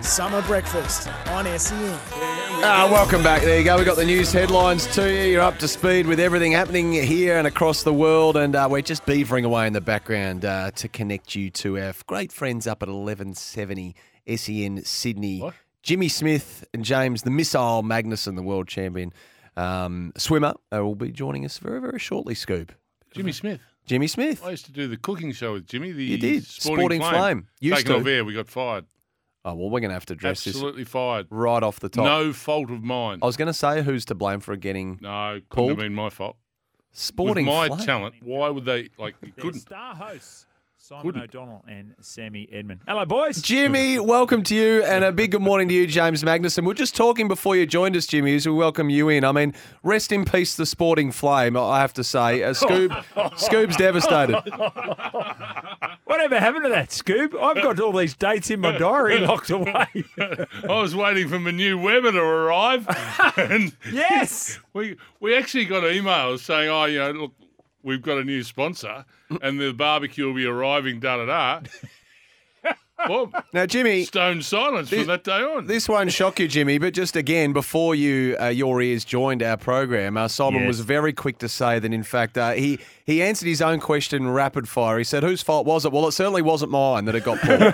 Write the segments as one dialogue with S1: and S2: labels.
S1: Summer Breakfast on E SEN.
S2: Ah, welcome back. There you go. We got the news headlines to you. You're up to speed with everything happening here and across the world, and uh, we're just beavering away in the background uh, to connect you to our great friends up at 1170 SEN E Sydney.
S3: What?
S2: Jimmy Smith and James, the missile Magnuson, the world champion um, swimmer, uh, will be joining us very, very shortly. Scoop.
S3: Jimmy Smith.
S2: Jimmy Smith.
S3: I used to do the cooking show with Jimmy. The
S2: You did. Sporting
S3: Sporting, Flame.
S2: Flame. Used
S3: Taken
S2: to.
S3: off air, we got fired.
S2: Oh, well, we're going to have to address this
S3: Absolutely fired.
S2: right off the top. Oh,
S3: No fault of mine.
S2: I was going to say who's to blame for getting
S3: no, couldn't
S2: Pulled.
S3: have been my fault.
S2: sporting
S3: with my
S2: Flame.
S3: talent, why would they like? You
S4: Their
S3: couldn't.
S4: star hosts Simon
S3: Couldn't.
S4: O'Donnell and Sammy Edmund. Hello, boys.
S2: Jimmy, welcome to you, and a big good morning to you, James Magnuson. We're just talking before you joined us, Jimmy, as we welcome you in. I mean, rest in peace, the sporting flame. I have to say, uh, Scoob, Scoob's devastated.
S4: Whatever happened to that scoop? I've got all these dates in my diary locked away.
S3: I was waiting for my new Weber to arrive, and
S4: yes.
S3: we we actually got emails saying, "Oh, you know, look, we've got a new sponsor, and the barbecue will be arriving." Da da da. Well,
S2: Now, Jimmy,
S3: stone silence from that day on.
S2: this won't shock you, Jimmy, but just again, before you uh, your ears joined our program, uh, Simon
S4: Yes.
S2: was very quick to say that, in fact, uh, he he answered his own question rapid fire. He said, "Whose fault was it?" Well, it certainly wasn't mine that it got pulled.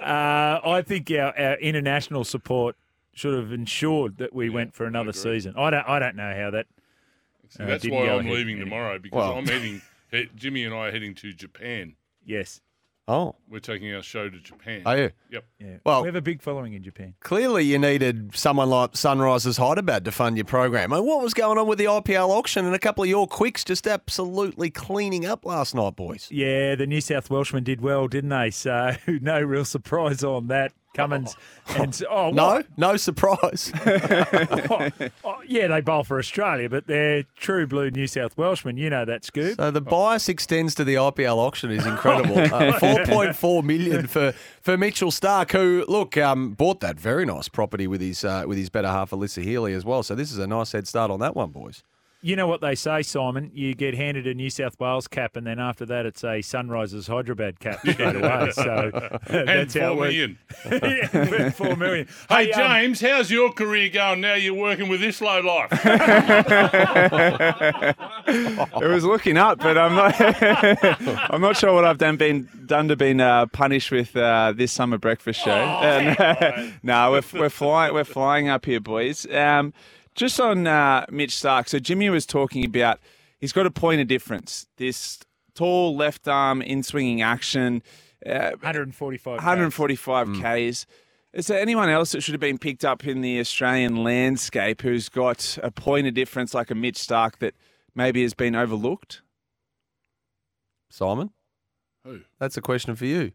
S4: Uh, I think our, our international support should have ensured that we went for another season. I don't. I don't know how that.
S3: So
S4: Uh,
S3: that's
S4: didn't
S3: why
S4: go
S3: I'm
S4: ahead.
S3: leaving
S4: Yeah.
S3: tomorrow because
S2: Well-
S3: I'm heading. he- Jimmy and I are heading to Japan.
S4: Yes.
S2: oh,
S3: We're taking our show to Japan.
S2: are you?
S3: Yep.
S4: Yeah.
S2: Well-
S4: we have a big following in Japan.
S2: Clearly, you needed someone like Sunrisers Hyderabad to fund your program. And what was going on with the IPL auction and a couple of your quicks just absolutely cleaning up last night, boys?
S4: Yeah, the New South Welshmen did well, didn't they? So no real surprise on that. Cummins and oh
S2: No,
S4: what?
S2: no surprise.
S4: Oh, oh, yeah, they bowl for Australia, but they're true blue New South Welshmen. You know that, Scoop.
S2: so Uh, the bias extends to the IPL auction is incredible. Uh, Four point four million for for Mitchell Stark, who look um, bought that very nice property with his uh, with his better half Alyssa Healy as well. So this is a nice head start on that one, boys.
S4: You know what they say, Simon? You get handed a New South Wales cap, and then after that, it's a Sunrisers Hyderabad cap straight away. So uh,
S3: And
S4: that's how
S3: four
S4: it works.
S3: million.
S4: Yeah, with four million.
S3: Hey,
S4: um,
S3: James, how's your career going now? You're working with this low life.
S5: It was looking up, but I'm not. I'm not sure what I've done been done to been uh, punished with uh, this summer breakfast show. And- no, we're, we're flying. We're flying up here, boys. Um, just on uh, Mitch Stark. So Jimmy was talking about. He's got a point of difference. This tall left arm in swinging action. Uh,
S4: 145.
S5: 145 Ks. Is there anyone else that should have been picked up in the Australian landscape who's got a point of difference like a Mitch Stark that maybe has been overlooked?
S2: Simon,
S3: Who?
S2: that's a question for you.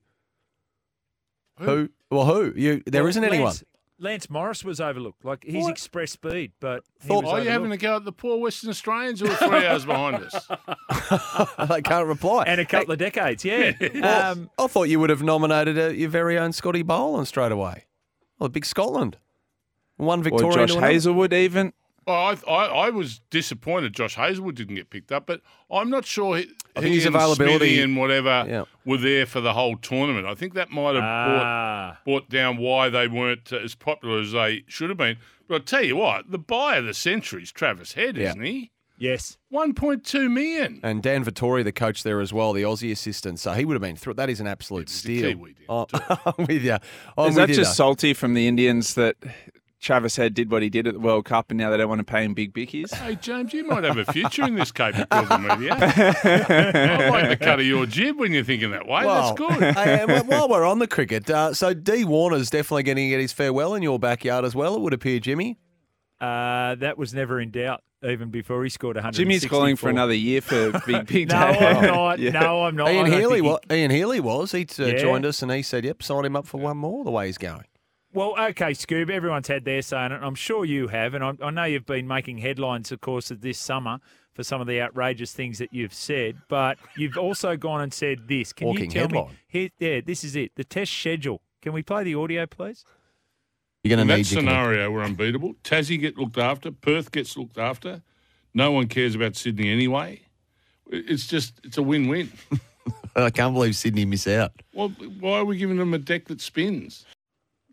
S2: Who? Well, who? You? There
S4: Well,
S2: not
S4: Lance-
S2: anyone.
S4: Lance Morris was overlooked. Like his express speed, but he
S2: Thought-
S4: was
S3: Are you having
S4: overlooked.
S3: a go at the poor Western Australians who are three hours behind us?
S2: they can't reply.
S4: and a couple of decades. Yeah. um,
S2: I thought you would have nominated uh your very own Scotty Boland straight away. Well, big Scotland. One Victoria.
S5: or Josh
S2: to another.
S5: Hazelwood, even?
S3: Well, Oh, I, I, I was disappointed Josh Hazelwood didn't get picked up, but I'm not sure he,
S2: I think
S3: he
S2: his
S3: and
S2: availability-
S3: Smithy and whatever
S2: Yeah.
S3: were there for the whole tournament. I think that might have brought
S4: ah,
S3: brought down why they weren't uh, as popular as they should have been. But I'll tell you what, the buyer of the century is Travis Head,
S2: Yeah.
S3: isn't he?
S4: yes.
S3: 1.2 million.
S2: And Dan Vittori, the coach there as well, the Aussie assistant. So he would have been through. That is an absolute
S3: He's a
S2: steal.
S3: Kiwi, Dan
S2: Oh, I'm with you. I'm with
S5: Is that
S2: you,
S5: just
S2: though.
S5: salty from the Indians that Travis Head did what he did at the World Cup and now they don't want to pay him big bickies?
S3: Hey, James, you might have a future in this cable media. I like the cut of your jib when you're thinking that way.
S2: Well,
S3: That's good.
S2: hey, and wh- while we're on the cricket, uh, so D Warner's definitely going to get his farewell in your backyard as well. It would appear, Jimmy.
S4: Uh, that was never in doubt, even before he scored 100.
S5: Jimmy's calling for another year for Big Big
S4: No,
S5: Day.
S4: I'm not.
S5: Yeah.
S4: No, I'm not. Oh, I
S2: Ian
S4: don't
S2: Healy,
S4: think he-
S2: wa- Ian Healy was. He uh,
S4: Yeah.
S2: joined us and he said, "Yep, sign him up for one more." The way he's going.
S4: Well, okay, Scoob, everyone's had their say on it. and I'm sure you have. And I, I know you've been making headlines, of course, of this summer for some of the outrageous things that you've said. But you've also gone and said this. Can
S2: Walking
S4: you tell
S2: headline.
S4: me? Here, there, this is it. The test schedule. Can we play the audio, please?
S2: You're going
S3: In
S2: to
S3: that
S2: need your connect-
S3: scenario, we're unbeatable. Tassie get looked after. Perth gets looked after. No one cares about Sydney anyway. It's just, it's a win-win.
S2: I can't believe Sydney miss out.
S3: Well, why are we giving them a deck that spins?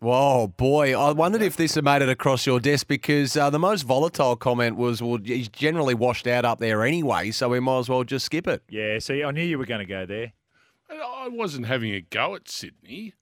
S2: Whoa, boy! I wondered if this had made it across your desk because uh, the most volatile comment was, "Well, he's generally washed out up there anyway, so we might as well just skip it."
S4: Yeah, see, I knew you were going to go there.
S3: And I wasn't having a go at Sydney.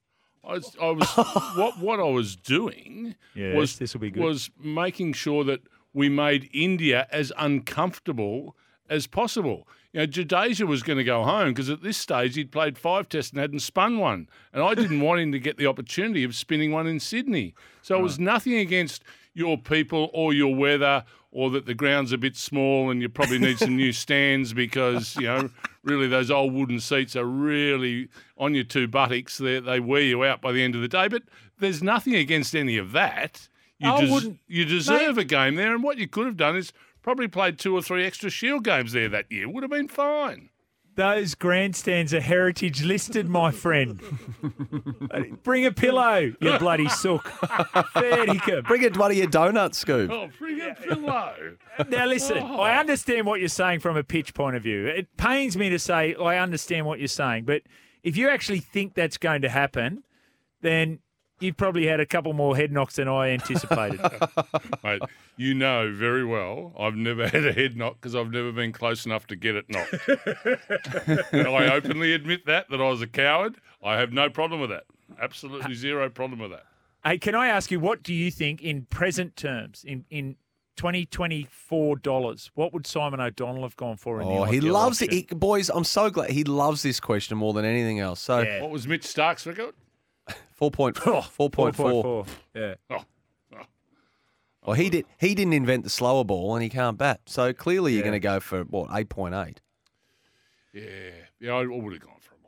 S3: I was, I was what what I was doing
S4: Yes,
S3: was
S4: this'll be good.
S3: was making sure that we made India as uncomfortable as possible. You know, Jadeja was going to go home because at this stage he'd played five tests and hadn't spun one, and I didn't want him to get the opportunity of spinning one in Sydney. So it was nothing against your people or your weather or that the ground's a bit small and you probably need some new stands because you know really those old wooden seats are really on your two buttocks they, they wear you out by the end of the day but there's nothing against any of that you,
S4: I
S3: des-
S4: wouldn't-
S3: you deserve a game there and what you could have done is probably played two or three extra shield games there that year would have been fine
S4: Those grandstands are heritage listed, my friend. Bring a pillow, you bloody sook. Verticum.
S2: Bring it one of your donut scoop.
S3: oh friggin' pillow
S4: Now listen, I understand what you're saying from a pitch point of view. It pains me to say I understand what you're saying, but if you actually think that's going to happen, then you've probably had a couple more head knocks than I anticipated.
S3: Mate, you know very well I've never had a head knock because I've never been close enough to get it knocked. and I openly admit that, that I was a coward. I have no problem with that. Absolutely zero problem with that.
S4: hey, can I ask you what do you think in present terms in in 2024 dollars? What would Simon O'Donnell have gone for in the
S2: Oh, he
S4: ideal
S2: loves it,
S4: option?
S2: he, boys. I'm so glad he loves this question more than anything else. So
S4: Yeah.
S3: What was Mitch Stark's record?
S2: four point four point Oh, four.
S4: 4.4. Yeah.
S3: Oh,
S2: Well, he did. He didn't invent the slower ball, and he can't bat. So clearly, you're going to go for what eight point eight.
S3: yeah. Yeah, I would have gone for a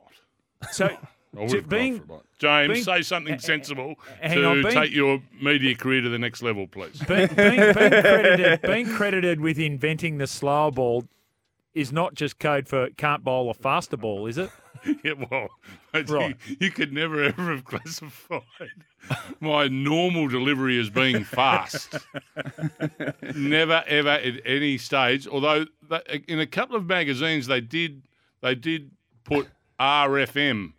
S3: lot.
S4: So
S3: I would
S4: Ju-
S3: have
S4: being-
S3: gone for a lot. James,
S4: being-
S3: say something sensible
S4: Eh, hang
S3: to
S4: on, being-
S3: take your media career to the next level, please.
S4: being, being, being, credited, being credited with inventing the slower ball is not just code for can't bowl a faster ball, is it?
S3: Yeah, well, mate,
S4: Right.
S3: you, you could never ever have classified my normal delivery as being fast. never ever at any stage. Although they, in a couple of magazines they did they did put RFM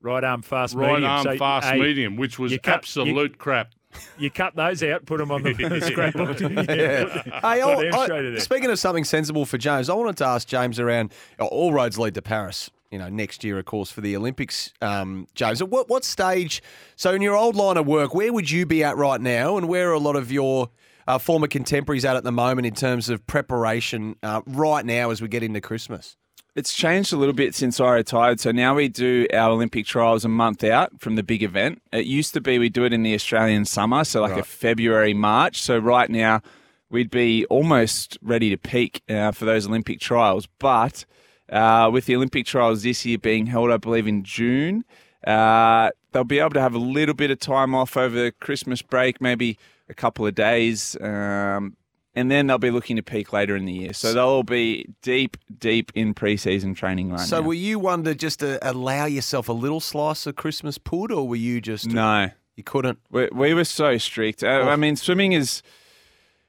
S4: Right arm fast
S3: right
S4: medium.
S3: arm
S4: So,
S3: fast
S4: hey,
S3: medium, which was
S4: you cut- you-
S3: absolute crap.
S4: You cut those out, put them on the, the scrapbook. Yeah.
S2: Hey, oh,
S4: Got
S2: I-
S4: them
S2: I-
S4: straight in there.
S2: speaking of something sensible for James, I wanted to ask James around. oh, All roads lead to Paris. You know, next year, of course, for the Olympics, um, James. At what what stage? So, in your old line of work, where would you be at right now, and where are a lot of your uh, former contemporaries at at the moment in terms of preparation uh, right now as we get into Christmas?
S5: It's changed a little bit since I retired. So now we do our Olympic trials a month out from the big event. It used to be we do it in the Australian summer, so like a February, March. So right now we'd be almost ready to peak uh, for those Olympic trials. But uh, with the Olympic trials this year being held, I believe, in June, uh, they'll be able to have a little bit of time off over the Christmas break, maybe a couple of days. Um, and then they'll be looking to peak later in the year. So they'll all be deep, deep in preseason training right
S2: So,
S5: now.
S2: were you one to just uh, allow yourself a little slice of Christmas pud, or were you just
S5: no,
S2: you couldn't?
S5: we, we were so strict. Uh, I mean, swimming is.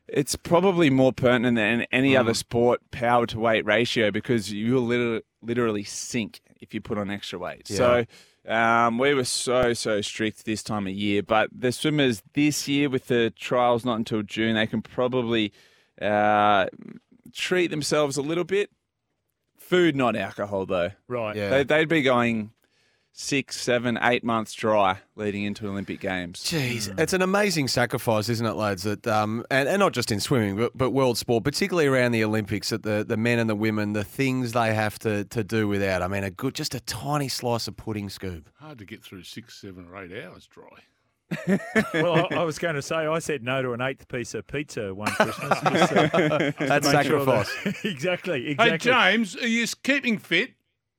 S5: It's probably more pertinent than any other sport power to weight ratio because you will liter- literally sink if you put on extra weight. So um, we were so, so strict this time of year. But the swimmers this year, with the trials not until June, they can probably uh, treat themselves a little bit. Food, not alcohol, though.
S4: right.
S2: Yeah.
S5: They, they'd be going six, seven, eight months dry leading into Olympic Games.
S2: Jeez,
S4: Hmm.
S2: it's an amazing sacrifice, isn't it, lads? That um, and, and not just in swimming, but, but world sport, particularly around the Olympics, that the, the men and the women, the things they have to, to do without. I mean, a good, just a tiny slice of pudding scoop.
S3: Hard to get through six, seven, or eight hours dry.
S4: Well, I, I was going to say, I said no to an eighth piece of pizza one Christmas. just, uh,
S2: That's
S4: make sure that-
S2: sacrifice.
S4: exactly. Exactly.
S3: Hey James, are you s- keeping fit?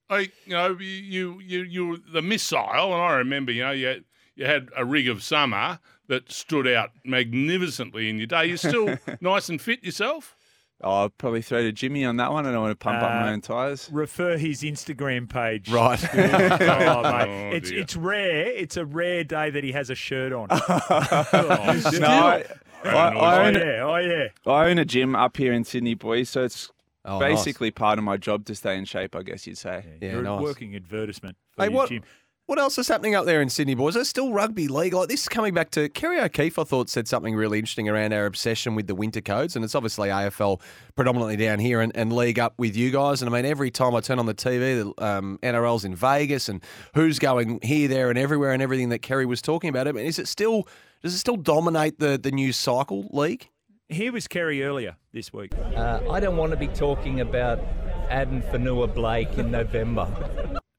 S3: I, you know, you, you, you, you, were the missile, and I remember, you know, you had, you had a rig of summer that stood out magnificently in your day. You're still nice and fit yourself.
S5: I'll probably throw to Jimmy on that one. I don't want to pump up
S4: Uh,
S5: my own tyres.
S4: Refer his Instagram page.
S2: Right.
S4: Oh, mate.
S3: Oh,
S4: it's
S3: dear.
S4: it's rare. It's a rare day that he has a shirt on.
S5: No, I, I,
S3: I
S5: own,
S4: yeah, oh yeah.
S5: I own a gym up here in Sydney, boys, so it's
S2: Oh, nice.
S5: Basically, part of my job to stay in shape, I guess you'd say.
S2: Yeah,
S4: You're
S2: nice.
S4: a working advertisement for
S2: Hey,
S4: your
S2: what-
S4: gym.
S2: What else is happening up there in Sydney, boys? There's still rugby league. Like this is coming back to Kerry O'Keefe, I thought said something really interesting around our obsession with the winter codes, and it's obviously AFL predominantly down here and, and league up with you guys. And I mean, every time I turn on the TV, the um, NRL's in Vegas, and who's going here, there, and everywhere, and everything that Kerry was talking about. I mean, is it still does it still dominate the the news cycle league?
S4: Here was Kerry earlier this week.
S6: Uh, I don't want to be talking about Adam Fanua Blake in November.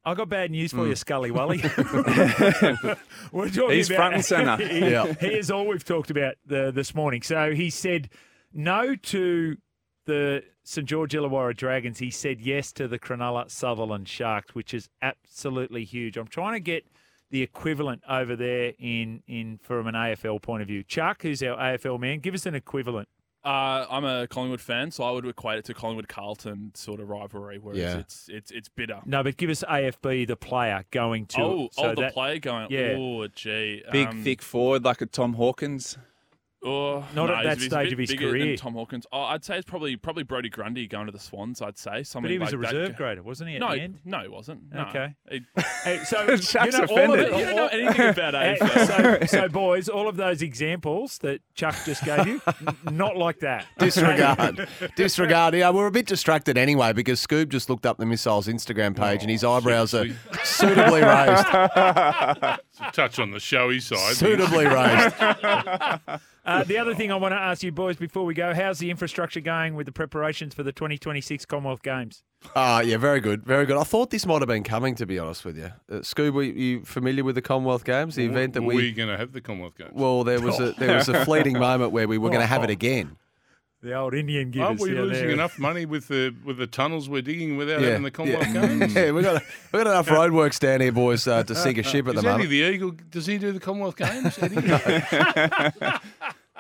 S4: I got bad news for
S2: Hmm.
S4: you, Scully Wally. We're talking
S5: He's front and centre.
S4: he,
S2: Yeah.
S4: he is all we've talked about the, this morning. So he said no to the St George Illawarra Dragons. He said yes to the Cronulla Sutherland Sharks, which is absolutely huge. I'm trying to get the equivalent over there in in from an AFL point of view. Chuck, who's our AFL man, give us an equivalent.
S7: Uh, I'm a Collingwood fan, so I would equate it to Collingwood Carlton sort of rivalry, whereas
S2: Yeah.
S7: it's it's it's bitter.
S4: No, but give us AFB the player going to.
S7: Oh,
S4: it.
S7: oh,
S4: So
S7: the
S4: that-
S7: player going.
S4: yeah.
S7: Oh, gee.
S5: Big,
S7: um,
S5: thick forward like a Tom Hawkins.
S7: Oh,
S4: Not
S7: no,
S4: at
S7: he's-
S4: that
S7: he's a
S4: stage
S7: bit
S4: of his
S7: bigger than
S4: career.
S7: Tom Hawkins. Oh, I'd say it's probably probably Brody Grundy going to the Swans. I'd say something.
S4: But he was
S7: like
S4: a
S7: that.
S4: reserve grader, wasn't he? At
S7: No,
S4: the end.
S7: no, he wasn't. No.
S4: Okay.
S7: He-
S4: Hey, so
S5: Chuck's
S4: you know, all of
S5: offended.
S4: it-
S7: you don't know anything about
S4: Hey,
S7: AFL.
S4: so, so, boys, all of those examples that Chuck just gave you, n- not like that.
S2: Disregard. Disregard. Yeah, we're a bit distracted anyway because Scoob just looked up the missile's Instagram page and his eyebrows are suitably raised.
S3: Touch on the showy side.
S2: Suitably raised.
S4: Uh, the other thing I want to ask you, boys, before we go, how's the infrastructure going with the preparations for the 2026 Commonwealth Games?
S2: Ah, yeah, very good, very good. I thought this might have been coming, to be honest with you. Uh, Scoob, were you familiar with the Commonwealth Games, the event that
S3: Were we
S2: we?
S3: going to have the Commonwealth Games?
S2: Well, there was a there was a fleeting moment where we were going to have it again.
S4: The old Indian givers.
S3: Aren't we
S4: down
S3: losing
S4: there.
S3: enough money with the with the tunnels we're digging without having the Commonwealth
S2: yeah.
S3: Games?
S2: yeah, we got we got enough roadworks down here, boys, uh, to sink a ship at the
S3: Is Eddie
S2: moment.
S3: the Eagle? Does he do the Commonwealth Games? Eddie?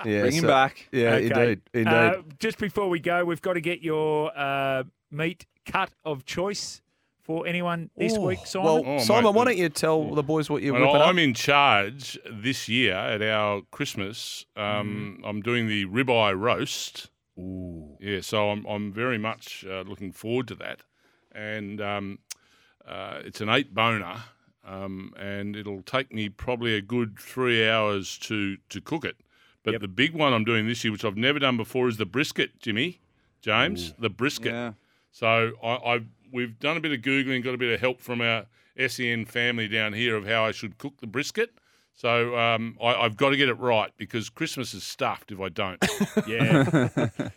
S2: Yeah,
S5: Bring him
S2: so-
S5: back.
S2: Yeah,
S4: Okay.
S2: indeed, indeed.
S4: Uh, just before we go, we've got to get your uh, meat cut of choice for anyone this
S2: Oh,
S4: week, Simon.
S2: Well,
S3: Oh,
S2: Simon,
S3: mate,
S2: why
S3: the-
S2: don't you tell the boys what you're
S3: And
S2: whipping
S3: I-
S2: up?
S3: I'm in charge this year at our Christmas. Um, I'm doing the ribeye roast. Ooh. Yeah, so I'm, I'm very much uh, looking forward to that. And um, uh, it's an eight boner, um, and it'll take me probably a good three hours to, to cook it. But the big one I'm doing this year, which I've never done before, is the brisket, Jimmy, James, the brisket.
S5: Yeah.
S3: So I, I we've done a bit of googling, got a bit of help from our SEN family down here of how I should cook the brisket. So um, I, I've got to get it right because Christmas is stuffed if I don't.
S4: yeah.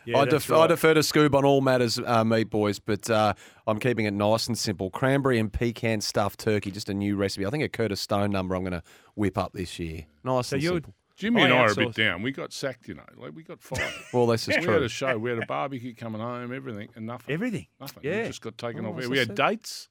S4: yeah
S2: I,
S4: that's
S2: def- I
S4: right.
S2: defer to Scoob on all matters, uh, meat boys, but uh, I'm keeping it nice and simple. Cranberry and pecan stuffed turkey, just a new recipe. I think a Curtis Stone number I'm going to whip up this year. Nice
S4: So
S2: and
S4: you're
S2: simple.
S3: Jimmy
S4: I
S3: and I are a
S4: outsourced.
S3: bit down. We got sacked, you know. Like we got fired.
S2: Well, this is
S3: we had
S2: true.
S3: a show. We had a barbecue coming home. Everything and nothing.
S4: everything.
S3: nothing.
S4: yeah.
S3: We just got taken
S2: Oh,
S3: off.
S2: that's
S3: air. We had
S2: it.
S3: dates.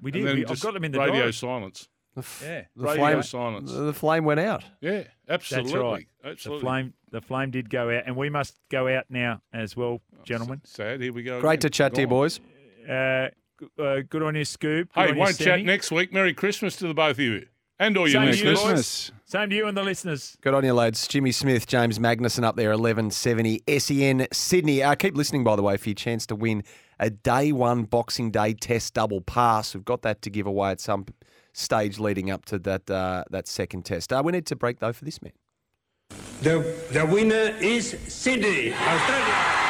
S4: We
S3: and
S4: did.
S3: then
S4: We, I've
S3: just
S4: got them in the
S3: radio
S4: diary.
S3: silence.
S2: The, f-
S4: Yeah.
S2: the
S3: radio
S2: flame,
S3: silence.
S2: the the flame went out.
S3: Yeah, absolutely.
S4: The
S3: Absolutely.
S4: flame, the flame did go out, and we must go out now as well, gentlemen.
S3: Sad. Here we go.
S2: Great to
S3: again.
S2: chat to you,
S3: Gone.
S2: boys.
S4: Uh, g- uh, good on you, Scoop. Good
S3: Hey,
S4: on you,
S3: won't chat
S4: Sammy.
S3: next week. Merry Christmas to the both of you and all your
S4: Same to you,
S3: listeners.
S4: boys. Same to you and the listeners.
S2: Good on you, lads. Jimmy Smith, James Magnuson up there, 1170 SEN E Sydney. Uh, keep listening, by the way, for your chance to win a day one Boxing Day test double pass. We've got that to give away at some stage leading up to that uh, that second test. Uh, we need to break, though, for this man.
S8: The, the winner is Sydney, Australia.